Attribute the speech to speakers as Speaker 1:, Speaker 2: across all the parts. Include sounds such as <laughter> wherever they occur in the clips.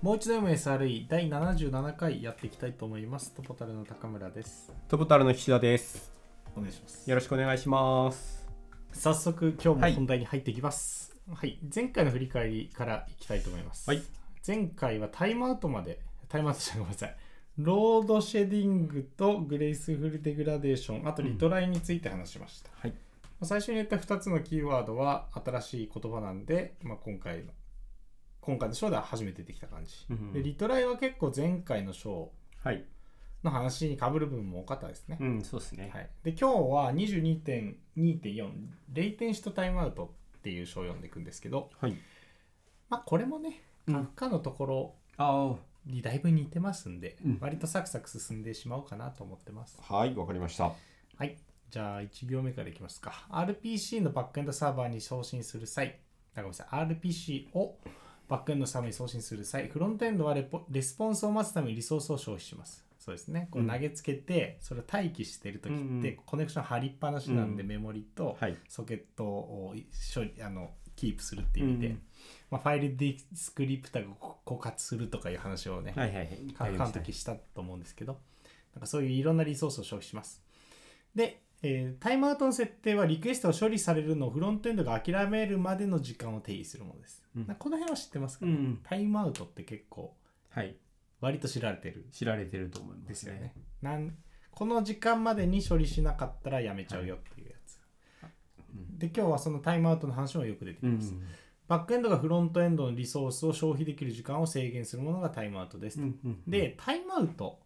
Speaker 1: もう一度 MSRE 第77回やっていきたいと思います。トポタルの高村です。
Speaker 2: トボタルの菱田です。
Speaker 3: お願いします。
Speaker 2: よろしくお願いします。
Speaker 1: 早速今日
Speaker 2: は
Speaker 1: も
Speaker 2: い
Speaker 1: 本題に入っていきます。はい、前回の振り返りからいきたいと思います。
Speaker 2: はい
Speaker 1: 前回はタイムアウトまで、タイムアウトじゃないごめんなさい。ロードシェディングとグレイスフルデグラデーション、あとリトライについて話しました。
Speaker 2: はい。
Speaker 1: まあ最初に言った2つのキーワードは新しい言葉なんで、まあ、今回の今回の章では初めてできた感じ、
Speaker 2: うん
Speaker 1: でリトライは結構前回の章
Speaker 2: はい。
Speaker 1: の話にかぶる部分も多かったですね、
Speaker 2: うん、そうですね。
Speaker 1: はい、で今日は22.2.4レイテンシとタイムアウトっていう章を読んでいくんですけど、
Speaker 2: はい。
Speaker 1: まあ、これもね
Speaker 2: うん
Speaker 1: 学科のところ
Speaker 2: あ
Speaker 1: にだいぶ似てますんで、
Speaker 2: うん
Speaker 1: 割とサクサク進んでしまおうかなと思ってます
Speaker 2: あ。はい、わかりました。
Speaker 1: はい。じゃあ、1行目からいきますか。RPC のバックエンドサーバーに送信する際、あごめんなさい、RPC をバックエンドサーバーに送信する際、フロントエンドはレポレスポンスを待つためにリソースを消費します。そうですね。こ
Speaker 2: う
Speaker 1: うん投げつけて、それを待機してるときっ
Speaker 2: うんう
Speaker 1: て
Speaker 2: ん、
Speaker 1: コネクション張りっぱなしなんで、
Speaker 2: うん
Speaker 1: メモリと
Speaker 2: はい。
Speaker 1: ソケットを処理あのキープするっていう意味で、
Speaker 2: うん
Speaker 1: まあ、ファイルディスクリプターが枯渇するとかいう話をね、
Speaker 2: はいはいはい。
Speaker 1: カウント時したと思うんですけど、なんかそういういろんなリソースを消費します。で、えータイムアウトの設定はリクエストを処理されるのをフロントエンドが諦めるまでの時間を定義するものです。
Speaker 2: うん
Speaker 1: なんかこの辺は知ってますか、
Speaker 2: うんうん。
Speaker 1: タイムアウトって結構
Speaker 2: はい。
Speaker 1: 割と知られてるん
Speaker 2: 知られてると思います、
Speaker 1: ですよね。。なんこの時間までに処理しなかったらやめちゃうよっていうやつ。
Speaker 2: うん
Speaker 1: で、今日はそのタイムアウトの話もよく出てき
Speaker 2: うん
Speaker 1: ます。バックエンドがフロントエンドのリソースを消費できる時間を制限するものがタイムアウトです
Speaker 2: う。んうん。
Speaker 1: でタイムアウト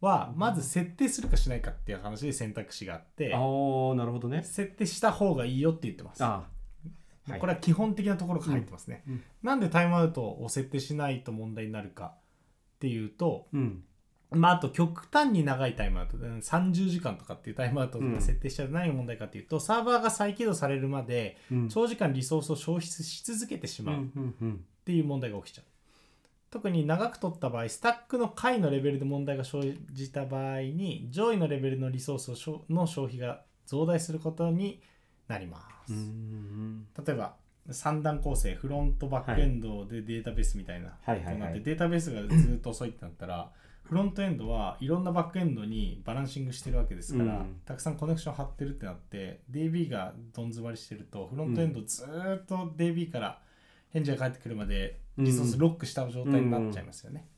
Speaker 1: はまず設定するかしないかっていう話で選択肢があって
Speaker 2: ああ、なるほどね。
Speaker 1: 設定した方がいいよって言ってます
Speaker 2: ああ。
Speaker 1: これは基本的なところが入ってますね、
Speaker 2: うんうん
Speaker 1: なんでタイムアウトを設定しないと問題になるかっていうと
Speaker 2: うん。
Speaker 1: まああと極端に長いタイムアウトうん30時間とかっていうタイムアウトを
Speaker 2: うん
Speaker 1: 設定したら何が問題かっていうと、サーバーが再起動されるまで
Speaker 2: うん。
Speaker 1: 長時間リソースを消費し続けてし
Speaker 2: う
Speaker 1: まうん
Speaker 2: うんうん。
Speaker 1: っていう問題が起きちゃう特に長く取った場合スタックの下位のレベルで問題が生じた場合に上位のレベルのリソースをしょの消費が増大することになります、
Speaker 2: うんうん。
Speaker 1: 例えば三段構成フロントバックエンドでデータベースみたいな
Speaker 2: はいはいはい
Speaker 1: ことになってデータベースがずっと遅いってなったらフロントエンドはいろんなバックエンドにバランシングしてるわけですから、
Speaker 2: うん
Speaker 1: たくさんコネクション張ってるってなって DB がどん詰まりしてるとフロントエンドずーっと DB から返事が返ってくるまでリソースロックした状態になっちゃいますよね。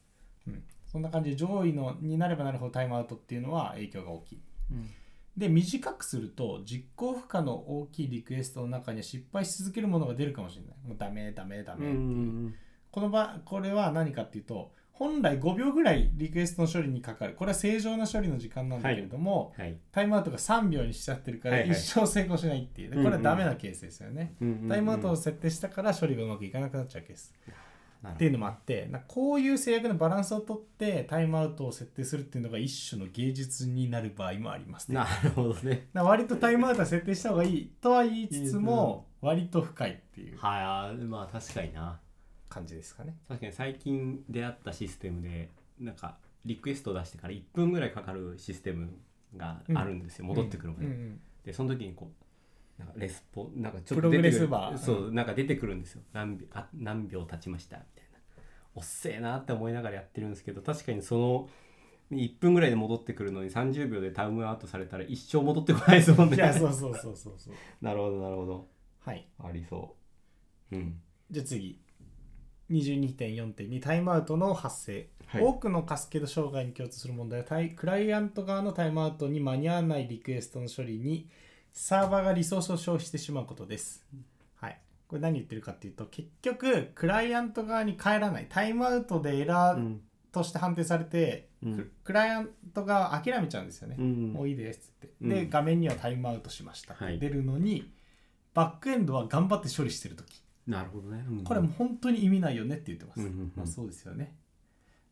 Speaker 1: うんそんな感じで上位のになればなるほどタイムアウトっていうのは影響が大きい。
Speaker 2: うん
Speaker 1: で短くすると実行負荷の大きいリクエストの中には失敗し続けるものが出るかもしれないもうダメダメダ
Speaker 2: う
Speaker 1: メ、
Speaker 2: ん。
Speaker 1: この場これは何かっていうと本来5秒ぐらいリクエストの処理にかかるこれは正常な処理の時間なんだけれども、
Speaker 2: はい。
Speaker 1: タイムアウトが3秒にしちゃってるから
Speaker 2: はいはい
Speaker 1: 一生成功しないっていう、でこれはダメなケースですよね、タイムアウトを設定したから処理がうまくいかなくなっちゃうケース
Speaker 2: っ
Speaker 1: っていうのもあってなんかこういう制約のバランスをとってタイムアウトを設定するっていうのが一種の芸術になる場合もありますね
Speaker 2: なるほどね。
Speaker 1: な割とタイムアウトは設定した方がいいとは言いつつも割と深いっていう
Speaker 2: はいあー。まあ確かにな。
Speaker 1: 感じですかね。
Speaker 2: 確かに最近出会ったシステムでなんかリクエスト出してから1分ぐらいかかるシステムがあるんですよ、戻ってくるまで、
Speaker 1: うんうん
Speaker 2: でその時にこうなんかレスポなんかち
Speaker 1: プ
Speaker 2: ょっと
Speaker 1: ロ
Speaker 2: 出
Speaker 1: グ
Speaker 2: て
Speaker 1: レ
Speaker 2: く
Speaker 1: ス
Speaker 2: る
Speaker 1: バー
Speaker 2: そうなんか出てくるんですよ何秒あ何秒経ちましたみたいなおっせえなって思いながらやってるんですけど確かにその1分ぐらいで戻ってくるのに30秒でタイムアウトされたら一生戻ってこないですもんね
Speaker 1: いやそうそうそうそうそう。
Speaker 2: <laughs> なるほどなるほど
Speaker 1: はい。
Speaker 2: ありそううん
Speaker 1: じゃあ次。22.4.2タイムアウトの発生、
Speaker 2: はい
Speaker 1: 多くのカスケード障害に共通する問題はタイクライアント側のタイムアウトに間に合わないリクエストの処理にサーバーがリソースを消費してしまうことです、はい、これ何言ってるかっていうと結局クライアント側に帰らないタイムアウトでエラ
Speaker 2: う
Speaker 1: ー
Speaker 2: ん
Speaker 1: として判定されて、
Speaker 2: うん
Speaker 1: ククライアントが諦めちゃうんですよね、
Speaker 2: うん
Speaker 1: もういいですって
Speaker 2: うん
Speaker 1: で画面にはタイムアウトしました、
Speaker 2: はい
Speaker 1: 出るのにバックエンドは頑張って処理してる時
Speaker 2: なるほどね、うん
Speaker 1: これもう本当に意味ないよねって言ってます、
Speaker 2: うんうんうん
Speaker 1: まあ、そうですよね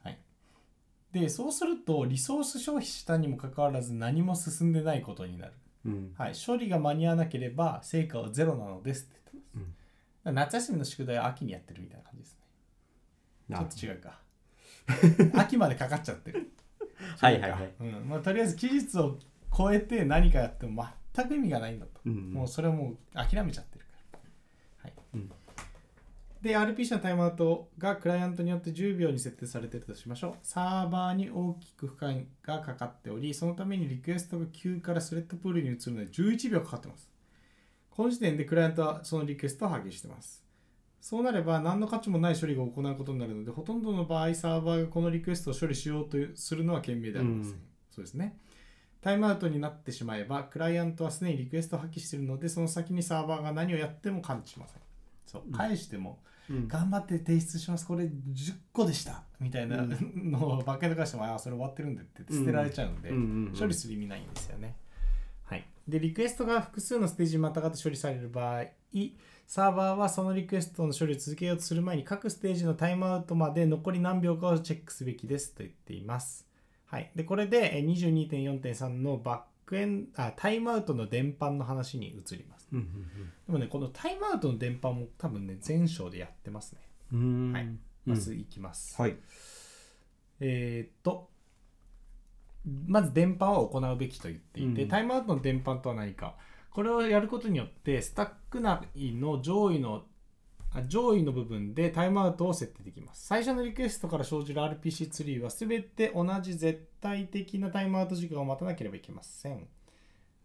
Speaker 1: はいでそうするとリソース消費したにもかかわらず何も進んでないことになる、
Speaker 2: うん
Speaker 1: はい、処理が間に合わなければ成果はゼロなのですって言ってます、
Speaker 2: うん
Speaker 1: だから夏休みの宿題は秋にやってるみたいな感じですね
Speaker 2: なるほど
Speaker 1: ちょっと違うか <laughs> 秋までかかっちゃってる
Speaker 2: はいはいはい、
Speaker 1: うんまあ、とりあえず期日を超えて何かやっても全く意味がないんだと、
Speaker 2: うん
Speaker 1: もうそれはもう諦めちゃってるから、はい
Speaker 2: うん
Speaker 1: で、RPC のタイムアウトがクライアントによって10秒に設定されているとしましょう。サーバーに大きく負荷がかかっており、そのためにリクエストが9からスレッドプールに移るので11秒かかってます。この時点でクライアントはそのリクエストを破棄してます。そうなれば何の価値もない処理が行うことになるので、ほとんどの場合サーバーがこのリクエストを処理しようというするのは賢明ではありません。
Speaker 2: うん
Speaker 1: そうですね。タイムアウトになってしまえば、クライアントはすでにリクエストを破棄しているので、その先にサーバーが何をやっても感知しません。そう
Speaker 2: うん
Speaker 1: 返しても、
Speaker 2: うん
Speaker 1: 頑張って提出します、これ10個でしたみたいな
Speaker 2: う
Speaker 1: <laughs> のをばっかりとかしても、ああ、それ終わってるんでって言って捨てられちゃうんで、
Speaker 2: うんうんうん
Speaker 1: 処理する意味ないんですよね。はい、でリクエストが複数のステージにまたがって処理される場合サーバーはそのリクエストの処理を続けようとする前に各ステージのタイムアウトまで残り何秒かをチェックすべきですと言っています。はい、でこれでえー22.4.3のバックエンあタイムアウトの伝播の話に移ります。
Speaker 2: うん
Speaker 1: でもねこのタイムアウトの伝播も多分ね全章でやってますね。
Speaker 2: うんうんうーん
Speaker 1: はいまずいきます。
Speaker 2: はい
Speaker 1: えーっと、まず電波を行うべきと言っていて、
Speaker 2: うん
Speaker 1: タイムアウトの電波とは何か。これをやることによって、スタック内の上位のあ上位の部分でタイムアウトを設定できます。最初のリクエストから生じる RPC ツリーは全て同じ絶対的なタイムアウト時間を待たなければいけません。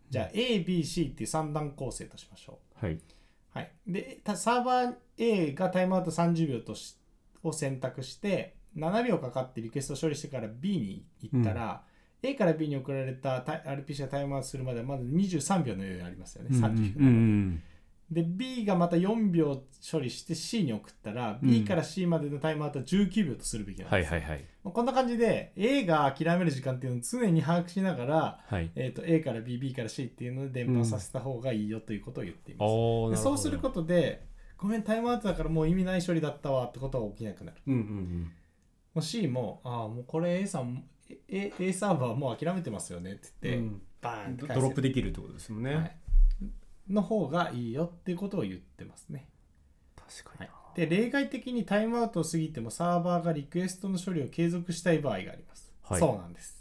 Speaker 1: じゃあ A、B、C っていう3段構成としましょう。
Speaker 2: はい
Speaker 1: はい、でたサーバー A がタイムアウト30秒としを選択して7秒かかってリクエストを処理してから B に行ったら、A から B に送られたタイ RPC がタイムアウトするまではまだ23秒の余裕ありますよね、30秒、
Speaker 2: うん
Speaker 1: で B がまた4秒処理して C に送ったら、
Speaker 2: う
Speaker 1: B
Speaker 2: ん
Speaker 1: から C までのタイムアウトは19秒とするべきなんです、
Speaker 2: はいはいはい
Speaker 1: まあこんな感じで A が諦める時間っていうのを常に把握しながら、
Speaker 2: はい
Speaker 1: えー、と A から B B から C っていうので伝播させた方がいいよということを言っています、
Speaker 2: おー
Speaker 1: で
Speaker 2: なほ
Speaker 1: そ
Speaker 2: ど
Speaker 1: うすることでごめんタイムアウトだからもう意味ない処理だったわってことは起きなくなる
Speaker 2: うんうん
Speaker 1: もう C もああもうこれ A さん A, A サーバーもう諦めてますよねって言って、
Speaker 2: うんうん
Speaker 1: バーンって
Speaker 2: ド
Speaker 1: 返せる
Speaker 2: ドロップできるってことですもんね、
Speaker 1: はいの方がいいよってことを言ってますね
Speaker 2: 確かにな、
Speaker 1: で例外的にタイムアウトを過ぎてもサーバーがリクエストの処理を継続したい場合があります、
Speaker 2: はい
Speaker 1: そうなんです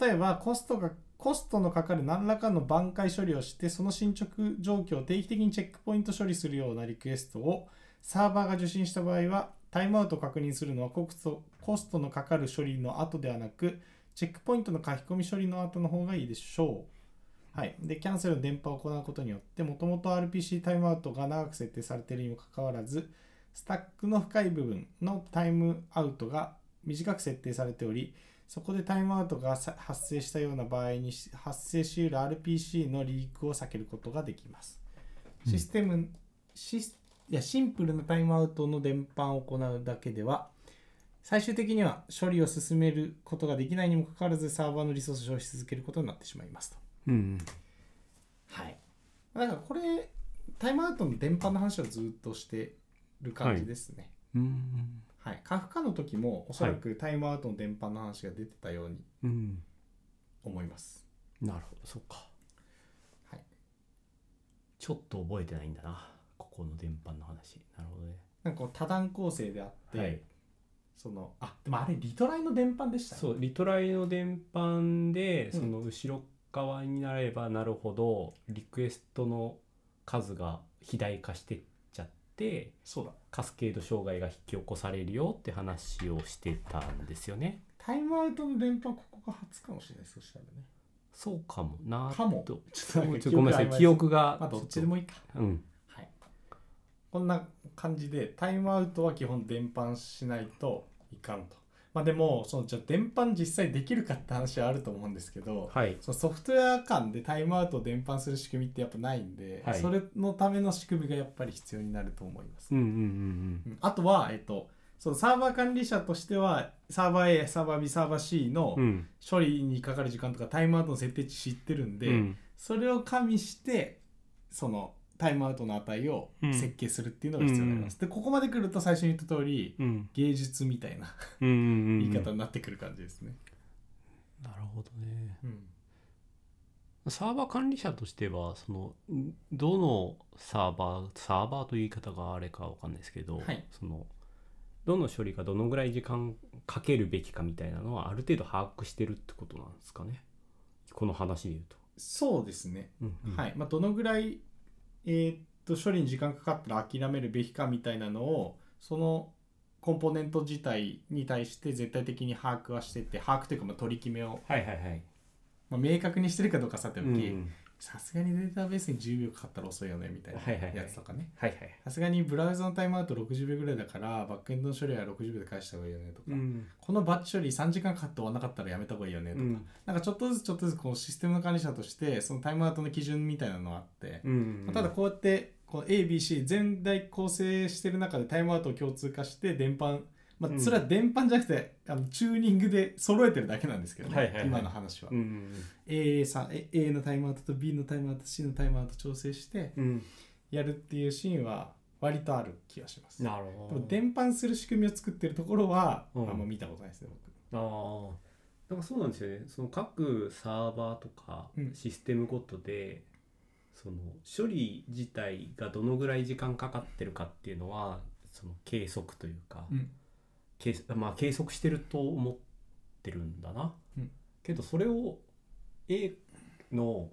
Speaker 1: 例えばコストがコストのかかる何らかの挽回処理をしてその進捗状況を定期的にチェックポイント処理するようなリクエストをサーバーが受信した場合はタイムアウトを確認するのはコストコストのかかる処理の後ではなくチェックポイントの書き込み処理の後の方がいいでしょうはい、でキャンセルの電波を行うことによってもともと RPC タイムアウトが長く設定されているにもかかわらずスタックの深い部分のタイムアウトが短く設定されておりそこでタイムアウトがさ発生したような場合にし発生しうる RPC のリークを避けることができます
Speaker 2: うん
Speaker 1: システム、シスいやシンプルなタイムアウトの伝播を行うだけでは最終的には処理を進めることができないにもかかわらずサーバーのリソースを消費し続けることになってしまいますと
Speaker 2: うんうん
Speaker 1: はい。だからこれ、タイムアウトの電波の話をずっとしてる感じですね。
Speaker 2: うん
Speaker 1: はい。カフカの時も、おそらくタイムアウトの電波の話が出てたように
Speaker 2: うん
Speaker 1: 思います。
Speaker 2: なるほどそっか
Speaker 1: はい。
Speaker 2: ちょっと覚えてないんだなここの電波の話なるほどね
Speaker 1: なんかこう多段構成であって、
Speaker 2: はい
Speaker 1: その、あ、でもあれ、リトライの電波でしたね。
Speaker 2: そうリトライの電波で
Speaker 1: うん
Speaker 2: その後ろ側になればなるほどリクエストの数が肥大化してっちゃって
Speaker 1: そうだ。
Speaker 2: カスケード障害が引き起こされるよって話をしてたんですよね
Speaker 1: タイムアウトの電波、ここが初かもしれない、そしたらね。
Speaker 2: そうかもな
Speaker 1: かも
Speaker 2: と
Speaker 1: ちょっとなんか <laughs>
Speaker 2: ちょっとごめんなさ
Speaker 1: 曖
Speaker 2: い
Speaker 1: 昧
Speaker 2: 記憶が
Speaker 1: まあ、どっちでもいいか。
Speaker 2: うん
Speaker 1: はい。こんな感じで、タイムアウトは基本伝播しないといかんと。まあでも、そのじゃあ伝播実際できるかって話はあると思うんですけど、
Speaker 2: はい
Speaker 1: そのソフトウェア間でタイムアウトを伝播する仕組みってやっぱないんで、
Speaker 2: はい
Speaker 1: それのための仕組みがやっぱり必要になると思います。
Speaker 2: うんうんうん
Speaker 1: うんあとは、えっと、そのサーバー管理者としては、サーバー A、サーバー B、サーバー C の
Speaker 2: うんうん
Speaker 1: 処理にかかる時間とかタイムアウトの設定値知ってるんで、
Speaker 2: うん
Speaker 1: それを加味してそのタイムアウトの値を設計するっていうのが必要になります、でここまで来ると最初に言った通り
Speaker 2: うん
Speaker 1: 芸術みたいな
Speaker 2: うんうんうん
Speaker 1: 言い方になってくる感じですね、
Speaker 2: なるほどね
Speaker 1: うん
Speaker 2: サーバー管理者としてはそのんどのサーバーサーバーという言い方があれかわかんないですけど、
Speaker 1: はい
Speaker 2: そのどの処理がどのぐらい時間かけるべきかみたいなのはある程度把握してるってことなんですかねこの話で言うと。
Speaker 1: そうですね、
Speaker 2: うんうん
Speaker 1: はい、まあ、どのぐらいえーっと処理に時間かかったら諦めるべきかみたいなのをそのコンポーネント自体に対して絶対的に把握はしてて把握というかまあ取り決めを、
Speaker 2: はいはいはい。
Speaker 1: まあ、明確にしてるかどうかさてお
Speaker 2: うん
Speaker 1: きさすがにデータベースに10秒かかったら遅いよねみたい
Speaker 2: はいはいはい
Speaker 1: なやつとかね
Speaker 2: はいはい。
Speaker 1: さすがにブラウザのタイムアウト60秒ぐらいだからバックエンドの処理は60秒で返した方がいいよねとか、
Speaker 2: うん。
Speaker 1: このバッチ処理3時間かかって終わらなかったらやめた方がいいよねとか、
Speaker 2: うん
Speaker 1: なんかちょっとずつちょっとずつこうシステムの管理者としてそのタイムアウトの基準みたいなのがあって、
Speaker 2: うん
Speaker 1: まあただこうやってこう ABC 全体構成してる中でタイムアウトを共通化して電波、ま
Speaker 2: うん
Speaker 1: あ、それは電波じゃなくて、あのチューニングで揃えてるだけなんですけどね、
Speaker 2: はいはいはい
Speaker 1: 今の話は、
Speaker 2: うん。
Speaker 1: A さん A A のタイムアウトと B のタイムアウト C のタイムアウト調整して
Speaker 2: うん。
Speaker 1: やるっていうシーンは割とある気がしますで
Speaker 2: なるほど。
Speaker 1: も電波する仕組みを作ってるところは、
Speaker 2: うん
Speaker 1: あんま見たことないですね僕
Speaker 2: ああ。なんかそうなんですよね。その各サーバーとか
Speaker 1: うん
Speaker 2: システムごとで、その処理自体がどのぐらい時間かかってるかっていうのは、その計測というか、
Speaker 1: うん
Speaker 2: 計まあ計測してると思ってるんだな。
Speaker 1: うん
Speaker 2: けどそれを A の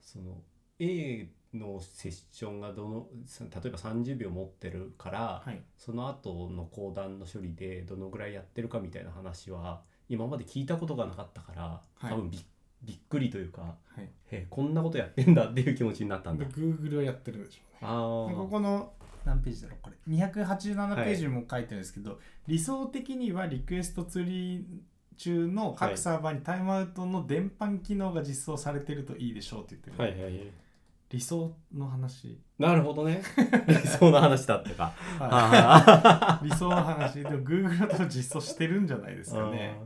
Speaker 2: その A のセッションがどのさ例えば30秒持ってるから、
Speaker 1: はい
Speaker 2: その後の講談の処理でどのぐらいやってるかみたいな話は今まで聞いたことがなかったから、
Speaker 1: はい
Speaker 2: 多分びびっくりというか
Speaker 1: はい
Speaker 2: へえこんなことやってんだっていう気持ちになったん
Speaker 1: で
Speaker 2: だ。
Speaker 1: Google はやってるんでしょうね
Speaker 2: あ
Speaker 1: でこ
Speaker 2: ー
Speaker 1: この何ページだろうこれ287ページにも書いてるんですけど、理想的にはリクエストツリー中の
Speaker 2: はい
Speaker 1: 各サーバーにタイムアウトの伝播機能が実装されてるといいでしょうって言ってる、
Speaker 2: はいはいはい
Speaker 1: 理想の
Speaker 2: <laughs>
Speaker 1: 話、
Speaker 2: なるほどね
Speaker 1: <laughs>
Speaker 2: 理想の話だったか。
Speaker 1: は
Speaker 2: <laughs> あ
Speaker 1: い、理想の話でも Google だと実装してるんじゃないですかね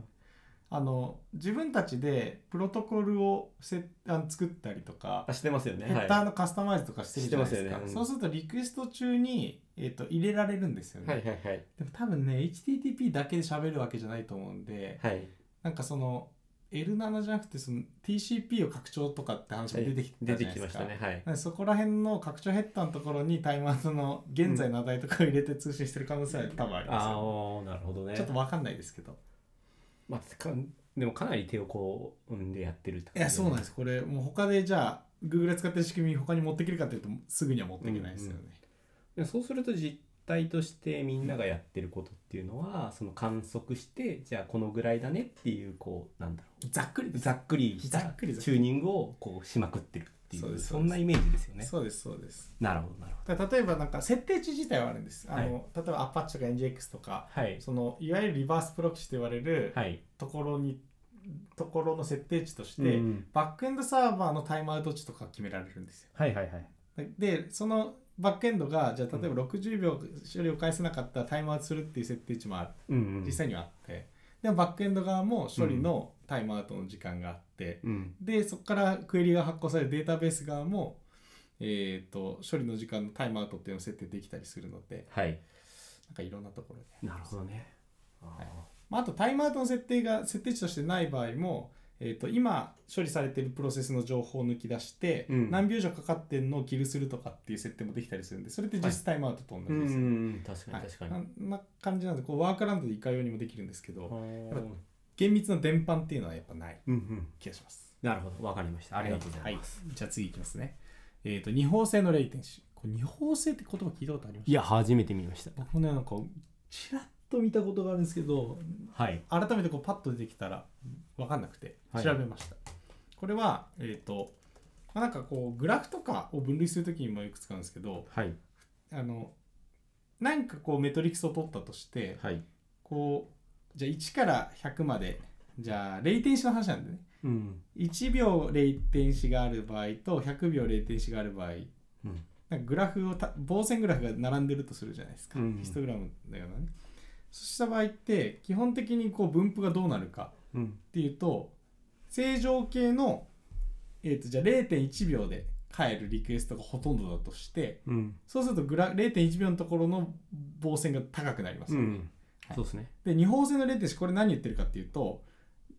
Speaker 1: あの自分たちでプロトコルをせあの作ったりとか
Speaker 2: あしてますよね。
Speaker 1: ヘッダーのカスタマイズとかしてるじゃないです
Speaker 2: して
Speaker 1: か、
Speaker 2: ますよねう
Speaker 1: そう
Speaker 2: ん
Speaker 1: するとリクエスト中に、えっと入れられるんですよね、
Speaker 2: はいはいはい
Speaker 1: でも多分ね HTTP だけで喋るわけじゃないと思うんで
Speaker 2: はい。
Speaker 1: なんかその L7 じゃなくてその TCP を拡張とかって話も出てきたじ
Speaker 2: 出
Speaker 1: ゃな
Speaker 2: て
Speaker 1: いで
Speaker 2: き
Speaker 1: すか、
Speaker 2: ましたね。はい。
Speaker 1: なんでそこら辺の拡張ヘッダーのところにタイムアウトの現在の値とかを入れて通信してる可能性は多分あります
Speaker 2: ああ
Speaker 1: よ、
Speaker 2: ーなるほどね。
Speaker 1: ちょっとわかんないですけど
Speaker 2: まあかでもかなり手をこううんでやってるって感
Speaker 1: い
Speaker 2: じ。
Speaker 1: やそうなんですすこれもう他でじゃあ Google で使ってる仕組み他に持ってくるかっていうとすぐには持っていけないですよね、
Speaker 2: でもそうすると実態としてみんながやってることっていうのはその観測してじゃあこのぐらいだねっていうこうなんだろ
Speaker 1: ざっくり
Speaker 2: う
Speaker 1: です
Speaker 2: ざっくりした
Speaker 1: ざっくりざっくり
Speaker 2: チューニングをこうしまくってるっていう
Speaker 1: そ
Speaker 2: そう
Speaker 1: です
Speaker 2: んなイメージですよね。
Speaker 1: そうですそうです
Speaker 2: なるほどなるほ
Speaker 1: だから例えばなんか設定値自体はあるんです、あ
Speaker 2: は
Speaker 1: の例えば Apache とか NGX とか
Speaker 2: ど。はい
Speaker 1: そのいわゆるリバースプロキシと言われる
Speaker 2: はい。
Speaker 1: ところに、ところの設定値として、
Speaker 2: うん
Speaker 1: バックエンドサーバーのタイムアウト値とか決められるんですよ。
Speaker 2: はいはいはい。
Speaker 1: でそのバックエンドがじゃあ例え
Speaker 2: う
Speaker 1: ば60秒処理を返せなかったらタイムアウトするっていう設定値もある
Speaker 2: うんうん
Speaker 1: 実際にはあってでもバックエンド側も処理のタイムアウトの時間があって、
Speaker 2: うん
Speaker 1: でそこからクエリが発行されるデータベース側も、えー、と処理の時間のタイムアウトっていうのを設定できたりするので
Speaker 2: はい。
Speaker 1: なんかいろんなところで
Speaker 2: なるほどね。
Speaker 1: いまあ、あとタイムアウトの設定が設定値としてない場合も、えー、と今処理されてるプロセスの情報を抜き出して、
Speaker 2: うん
Speaker 1: 何秒以上かかってんのをキルするとかっていう設定もできたりするんでそれって実質タイムアウトと同
Speaker 2: う
Speaker 1: じ
Speaker 2: ん
Speaker 1: で
Speaker 2: う
Speaker 1: す、
Speaker 2: んうん確か
Speaker 1: はい
Speaker 2: に確かに。
Speaker 1: なな感じなんでこうワークアラウンドでいかようにもできるんですけ
Speaker 2: あ
Speaker 1: ど
Speaker 2: ー
Speaker 1: やっぱ厳密な伝播っていうのはやっぱない
Speaker 2: うんうん。
Speaker 1: 気がします
Speaker 2: なるほどわかりました。ありがとうございます。
Speaker 1: す、はいじゃあ次いきますねえっ、と二方性のレイテンシーこれ二方性って言葉聞いたことありました
Speaker 2: いや初めて見ました。
Speaker 1: 僕もねなんかちらっと見たことがあるんですけど
Speaker 2: はい。
Speaker 1: 改めてこうパッと出てきたら分かんなくて
Speaker 2: はい
Speaker 1: 調べました、これはえっ、とまあなんかこうグラフとかを分類するときにもよく使うんですけど
Speaker 2: はい
Speaker 1: あのなんかこうメトリクスを取ったとして
Speaker 2: はい。
Speaker 1: こうじゃあ1から100までじゃあレイテンシの話なんでね
Speaker 2: うん
Speaker 1: 1秒レイテンシがある場合と100秒レイテンシがある場合
Speaker 2: うん
Speaker 1: なんかグラフをた棒線グラフが並んでるとするじゃないですか、
Speaker 2: うん
Speaker 1: ヒストグラムだようなねそうした場合って基本的にこう分布がどうなるか
Speaker 2: うん
Speaker 1: っていうと正常系の、えー、とじゃあ0.1秒で変えるリクエストがほとんどだとして
Speaker 2: うん。
Speaker 1: そうするとグラ0.1秒のところの棒線が高くなりますよね、
Speaker 2: ん
Speaker 1: はい
Speaker 2: そうですね。
Speaker 1: で二方性の0.1これ何言ってるかっていうと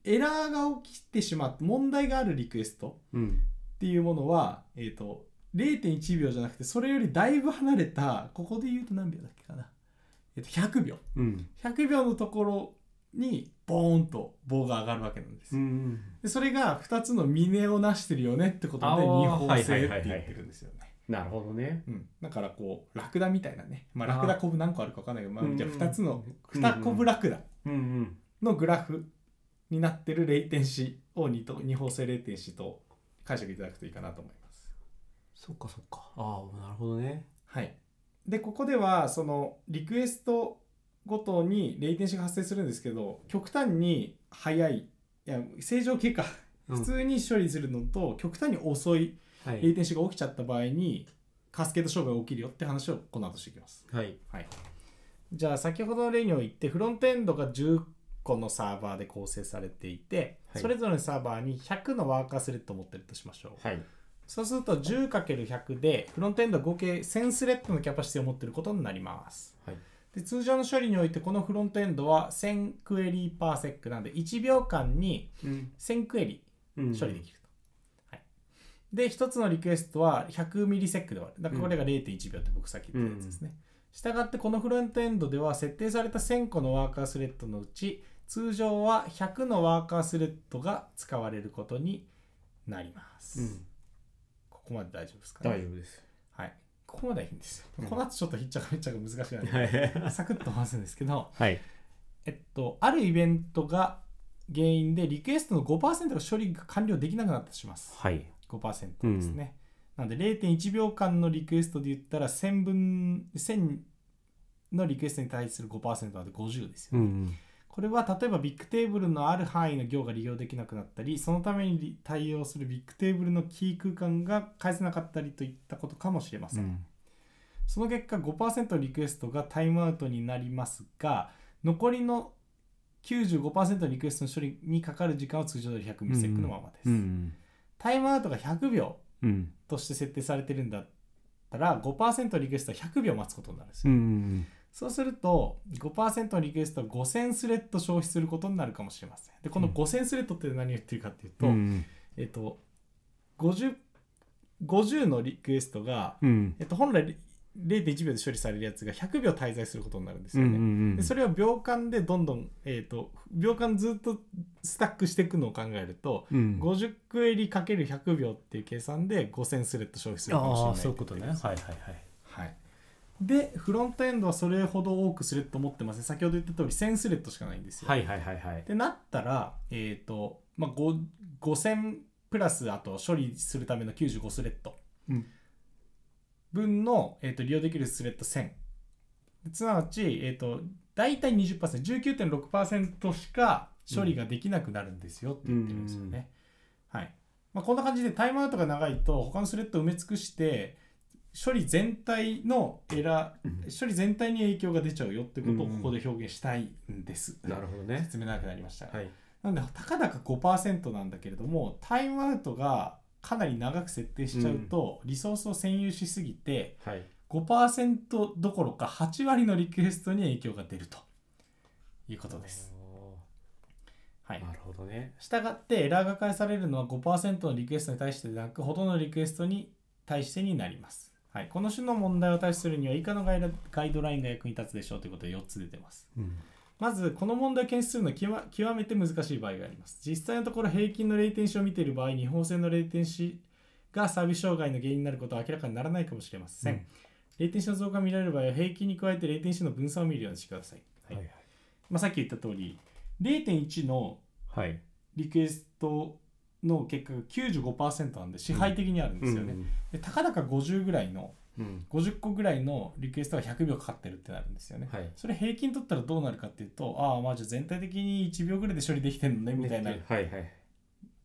Speaker 1: エラーが起きてしまって問題があるリクエスト
Speaker 2: うん。
Speaker 1: っていうものは、えー、と0.1秒じゃなくてそれよりだいぶ離れたここで言うと何秒だっけかな、えー、と100秒
Speaker 2: うん。
Speaker 1: 100秒のところにボーンと棒が上がるわけなんですよ、
Speaker 2: ん。
Speaker 1: でそれが2つの峰を成してるよねってことで
Speaker 2: あー
Speaker 1: 二方性って
Speaker 2: はいはい
Speaker 1: 言
Speaker 2: は
Speaker 1: っ
Speaker 2: い
Speaker 1: てるんですよね。
Speaker 2: なるほどね。
Speaker 1: うん、だからこうラクダみたいなね、まあ、
Speaker 2: あー
Speaker 1: ラクダコブ何個あるか分かんないけど、まあ
Speaker 2: うんう、ん
Speaker 1: じゃあ2つの
Speaker 2: うん
Speaker 1: 2コブラクダ
Speaker 2: うんうん。
Speaker 1: のグラフになってるレイテンシーを二と二方性レイテンシーと解釈いただくといいかなと思います。
Speaker 2: そっかそっか。ああ、なるほどね。
Speaker 1: はい、でここではそのリクエストごとにレイテンシーが発生するんですけど極端に早いいや正常経過
Speaker 2: うん
Speaker 1: 普通に処理するのと、極端に遅い
Speaker 2: は
Speaker 1: レイ
Speaker 2: い。
Speaker 1: テンシーが起きちゃった場合にカスケード障害が起きるよって話をこの後していきます。
Speaker 2: はい。
Speaker 1: はい、じゃあ先ほどの例においてフロントエンドが10個のサーバーで構成されていて、
Speaker 2: はい
Speaker 1: それぞれのサーバーに100のワーカースレッドを持ってるとしましょう、
Speaker 2: はい。
Speaker 1: そうすると 10×100 でフロントエンドは合計1000スレッドのキャパシティを持ってることになります
Speaker 2: はい。
Speaker 1: で通常の処理においてこのフロントエンドは1000クエリーパーセックなんで1秒間に
Speaker 2: うん。
Speaker 1: 1000クエリ
Speaker 2: うん
Speaker 1: 処理できると、はい、で1つのリクエストは100ミリセックで終わるだからこれが0.1秒って僕さっき言ったやつですね、したがってこのフロントエンドでは設定された1000個のワーカースレッドのうち通常は100のワーカースレッドが使われることになります、
Speaker 2: うん。
Speaker 1: ここまで大丈夫ですかね
Speaker 2: 大丈夫です。
Speaker 1: はい、ここまではいいんですよ、
Speaker 2: うん
Speaker 1: この後ちょっとひっちゃかめっちゃか難しくなるんで
Speaker 2: はい。
Speaker 1: サクッと回すんですけど
Speaker 2: はい。
Speaker 1: えっと、あるイベントが原因でリクエストの5%が処理が完了できなくなってしまいます。
Speaker 2: はい。
Speaker 1: 5%ですね。なんで0.1秒間のリクエストで言ったら1000分、1000のリクエストに対する5%なんで50ですよ。
Speaker 2: うん。
Speaker 1: これは例えばビッグテーブルのある範囲の行が利用できなくなったり、そのために対応するビッグテーブルのキー空間が返せなかったりといったことかもしれません。その結果5%のリクエストがタイムアウトになりますが残りの95%のリクエストの処理にかかる時間は通常より100ミリセックのままです、
Speaker 2: うん。
Speaker 1: タイムアウトが100秒
Speaker 2: うん。
Speaker 1: として設定されてるんだったら5%のリクエストは100秒待つことになるんです
Speaker 2: う
Speaker 1: よ、
Speaker 2: ん。
Speaker 1: そうすると5%のリクエストは5000スレッド消費することになるかもしれませんでこの5000スレッドって何を言ってるかっていうと、
Speaker 2: うん。
Speaker 1: えっと 50, 50のリクエストが
Speaker 2: うん。
Speaker 1: えっと、本来0.1秒で処理されるやつが100秒滞在することになるんです
Speaker 2: うん。う
Speaker 1: よね。
Speaker 2: ん。
Speaker 1: でそ
Speaker 2: れ。
Speaker 1: れを秒間でどんどん、えっと秒間ずっとスタックしていくのを考えると、
Speaker 2: うん。
Speaker 1: 50クエリ ×100 秒っていう計算で5000スレッド消費するかもしれ
Speaker 2: あ
Speaker 1: な
Speaker 2: あ、
Speaker 1: い
Speaker 2: そういうことね。はいはい
Speaker 1: はい、でフロントエンドはそれほど多くスレッド持ってません先ほど言った通り1000スレッドしかないんですよ。、
Speaker 2: はい。はいいはいはいはい
Speaker 1: っ。てなったら、えっとまあ、ご5000プラスあと処理するための95スレッド
Speaker 2: うん。
Speaker 1: 分の、えー、と利用できるスレッド1000すなわち、えー、と大体 20%19.6% しか処理ができなくなるんですよって言ってるんですよね、はいまあ、こんな感じでタイムアウトが長いと他のスレッドを埋め尽くして処理全体のエラー処理全体に影響が出ちゃうよってことをここで表現したいんです、
Speaker 2: なるほどね。
Speaker 1: 説明長くなりましたが、
Speaker 2: はい。
Speaker 1: なんでたかだか5%なんだけれどもタイムアウトがかなり長く設定しちゃうと、リソースを占有しすぎて
Speaker 2: はい。
Speaker 1: 5%どころか8割のリクエストに影響が出るということです。はい、
Speaker 2: なるほどね。
Speaker 1: したがってエラーが返されるのは5%のリクエストに対してでなくほとんどのリクエストに対してになります。はい、この種の問題を対処するには以下のガイドガイドラインが役に立つでしょうということで4つ出てます。まずこの問題を検出するのは極ま極めて難しい場合があります実際のところ平均のレイテンシーを見ている場合日本製のレイテンシーがサービス障害の原因になることは明らかにならないかもしれません、
Speaker 2: うん
Speaker 1: レイテンシーの増加が見られる場合は平均に加えてレイテンシーの分散を見るようにしてください、
Speaker 2: はいはい。
Speaker 1: まあ、さっき言った通り0.1の
Speaker 2: はい。
Speaker 1: リクエストの結果が95%なんで支配的にあるんですよね、でたかだか50ぐらいの
Speaker 2: うん。
Speaker 1: 50個ぐらいのリクエストが100秒かかってるってなるんですよね、
Speaker 2: はい。
Speaker 1: それ平均取ったらどうなるかっていうとああまあじゃあ全体的に1秒ぐらいで処理できてんのねみたいな
Speaker 2: はいはい。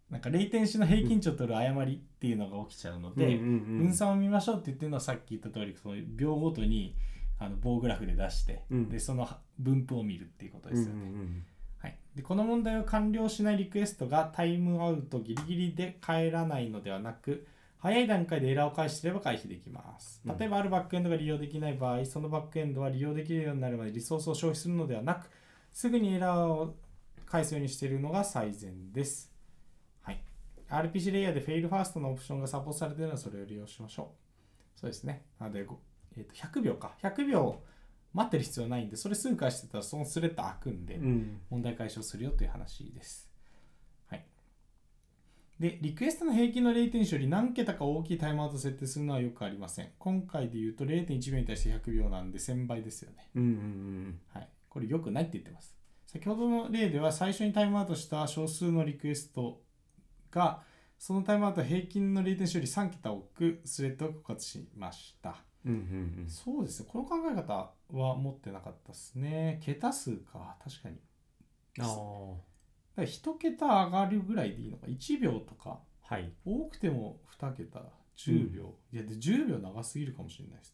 Speaker 1: なんかレイテンシーの平均値を取る誤りっていうのが起きちゃうので、分
Speaker 2: 分。
Speaker 1: 散を見ましょうって言ってるのはさっき言った通りその秒ごとにあの棒グラフで出して、
Speaker 2: うん
Speaker 1: でその分布を見るっていうことですよね、
Speaker 2: うん
Speaker 1: はい、でこの問題を完了しないリクエストがタイムアウトギリギリで帰らないのではなく早い段階でエラーを返していれば回避できます
Speaker 2: うん
Speaker 1: 例えばあるバックエンドが利用できない場合、そのバックエンドは利用できるようになるまでリソースを消費するのではなくすぐにエラーを返すようにしているのが最善です、はい、RPC レイヤーでフェイルファーストのオプションがサポートされているのはそれを利用しましょうそうですねなので、ごえーと100秒か100秒待ってる必要はないんでそれすぐ返してたらそのスレッド開くんで、
Speaker 2: うん。
Speaker 1: 問題解消するよという話です。はい、で、リクエストの平均の0点処理何桁か大きいタイムアウトを設定するのはよくありません。今回で言うと0.1秒に対して100秒なんで1000倍ですよね。
Speaker 2: うんうん
Speaker 1: はい。これ良くないって言ってます。先ほどの例では最初にタイムアウトした少数のリクエストがそのタイムアウト平均の0点処理3桁多くスレッドが枯渇しました。
Speaker 2: うんうんうん
Speaker 1: そうですね。この考え方は持ってなかったですね。桁数か。確かに。
Speaker 2: うんああ
Speaker 1: だから1桁上がるぐらいでいいのか。1秒とか。
Speaker 2: はい
Speaker 1: 多くても2桁10秒、いやで10秒長すぎるかもしれないです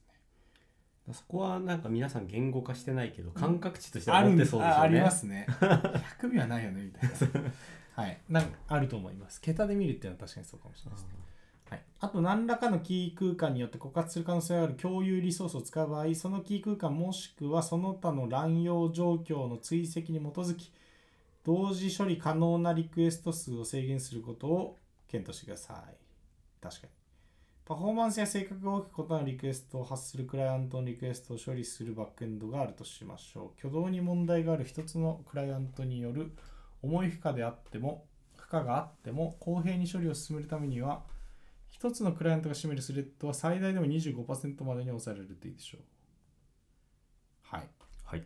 Speaker 1: ね
Speaker 2: そこはなんか皆さん言語化してないけど
Speaker 1: ん
Speaker 2: 感覚値としては
Speaker 1: ある
Speaker 2: 持っ
Speaker 1: ん
Speaker 2: て
Speaker 1: で
Speaker 2: そ
Speaker 1: す
Speaker 2: うです
Speaker 1: あ
Speaker 2: よ
Speaker 1: あり
Speaker 2: ね
Speaker 1: ま。すね100秒はないよねみたいな
Speaker 2: <laughs>
Speaker 1: はいなんかあると思います桁で見るっていうのは確かにそうかもしれないですねはい、あと何らかのキー空間によって枯渇する可能性がある共有リソースを使う場合そのキー空間もしくはその他の乱用状況の追跡に基づき同時処理可能なリクエスト数を制限することを検討してください確かにパフォーマンスや性格が大きく異なるリクエストを発するクライアントのリクエストを処理するバックエンドがあるとしましょう挙動に問題がある一つのクライアントによる重い負荷であっても負荷があっても公平に処理を進めるためには一つのクライアントが占めるスレッドは最大でも25%までに抑えられるといいでしょう。はい。
Speaker 2: はい。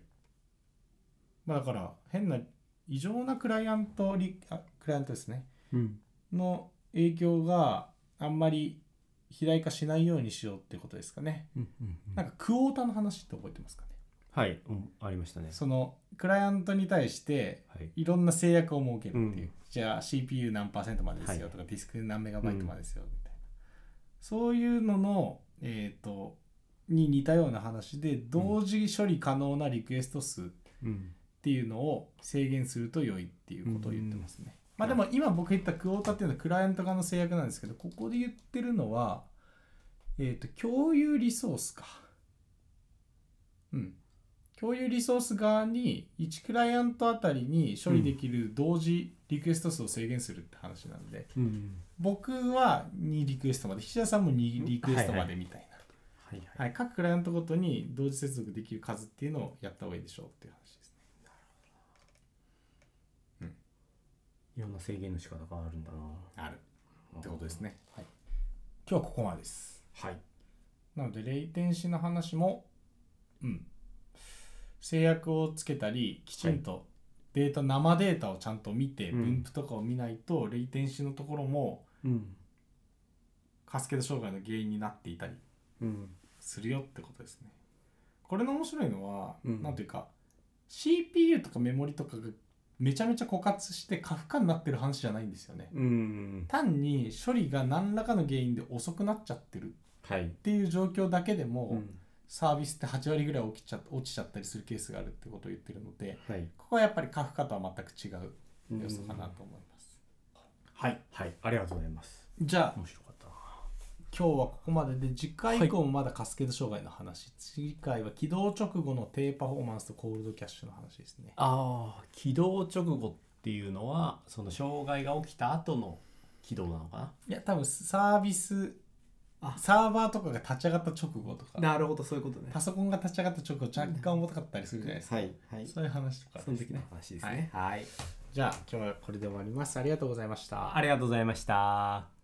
Speaker 1: まあだから、変な、異常なクライアントリ、あクライアントですね。
Speaker 2: うん。
Speaker 1: の影響があんまり肥大化しないようにしようってことですかね。
Speaker 2: うんうんう
Speaker 1: なんんかクオータの話って覚えてますかね。
Speaker 2: はい、うんありましたね。
Speaker 1: その、クライアントに対して、
Speaker 2: はい。
Speaker 1: いろんな制約を設けるっていう、
Speaker 2: うん
Speaker 1: じゃあ CPU 何パーセントまでですよとか、ディスク何メガバイトまでですよみたいな、そういうののえっ、とに似たような話で同時処理可能なリクエスト数っ
Speaker 2: うん。
Speaker 1: ていうのを制限すると良いっていうことを言ってますね、まあでも今僕言ったクオータっていうのはクライアント側の制約なんですけどここで言ってるのはえっ、と共有リソースかうん共有リソース側に1クライアントあたりに処理できる同時リクエスト数を制限するって話なんで、
Speaker 2: うん。
Speaker 1: 僕は2リクエストまで菱田さんも2リクエストまでみたいな、
Speaker 2: はいはい。
Speaker 1: はい各クライアントごとに同時接続できる数っていうのをやった方がいいでしょうっていう話ですね
Speaker 2: いろんな制限の仕方があるんだな。
Speaker 1: あるってことですね、はい、今日はここまでです
Speaker 2: はい。
Speaker 1: なので、レイテンシーの話も、うん。制約をつけたり、きちんとデータ、生データをちゃんと見て、
Speaker 2: うん
Speaker 1: 分布とかを見ないと、レイテンシーのところも、
Speaker 2: うん。
Speaker 1: カスケード障害の原因になっていたり
Speaker 2: うん。
Speaker 1: するよってことですね。これの面白いのは、
Speaker 2: うん
Speaker 1: なんていうか、CPU とかメモリとかがめちゃめちゃ枯渇して、過負荷になってる話じゃないんですよね。
Speaker 2: うん。
Speaker 1: 単に処理が何らかの原因で遅くなっちゃってるっ
Speaker 2: はい。
Speaker 1: ていう状況だけでも、
Speaker 2: うん
Speaker 1: サービスって8割ぐらい起きちゃ落ちちゃったりするケースがあるってことを言ってるので
Speaker 2: はい。
Speaker 1: ここはやっぱり過負荷とは全く違う要素かなと思います、はい
Speaker 2: はい。ありがとうございます。
Speaker 1: じゃあ
Speaker 2: 面白かったな。
Speaker 1: 今日はここまでで次回以降もまだカスケード障害の話、次回は起動直後の低パフォーマンスとコールドキャッシュの話ですね
Speaker 2: ああ、起動直後っていうのは、その障害が起きた後の起動なのか
Speaker 1: いや多分サービス
Speaker 2: あ
Speaker 1: サーバーとかが立ち上がった直後とか
Speaker 2: なるほど、そういうことね
Speaker 1: パソコンが立ち上がった直後若干重たかったりするじゃないですか、
Speaker 2: はい。はい。
Speaker 1: そういう話とかです
Speaker 2: その時の話ですね。はい。
Speaker 1: じゃあ今日はこれで終わりますありがとうございました
Speaker 2: ありがとうございました。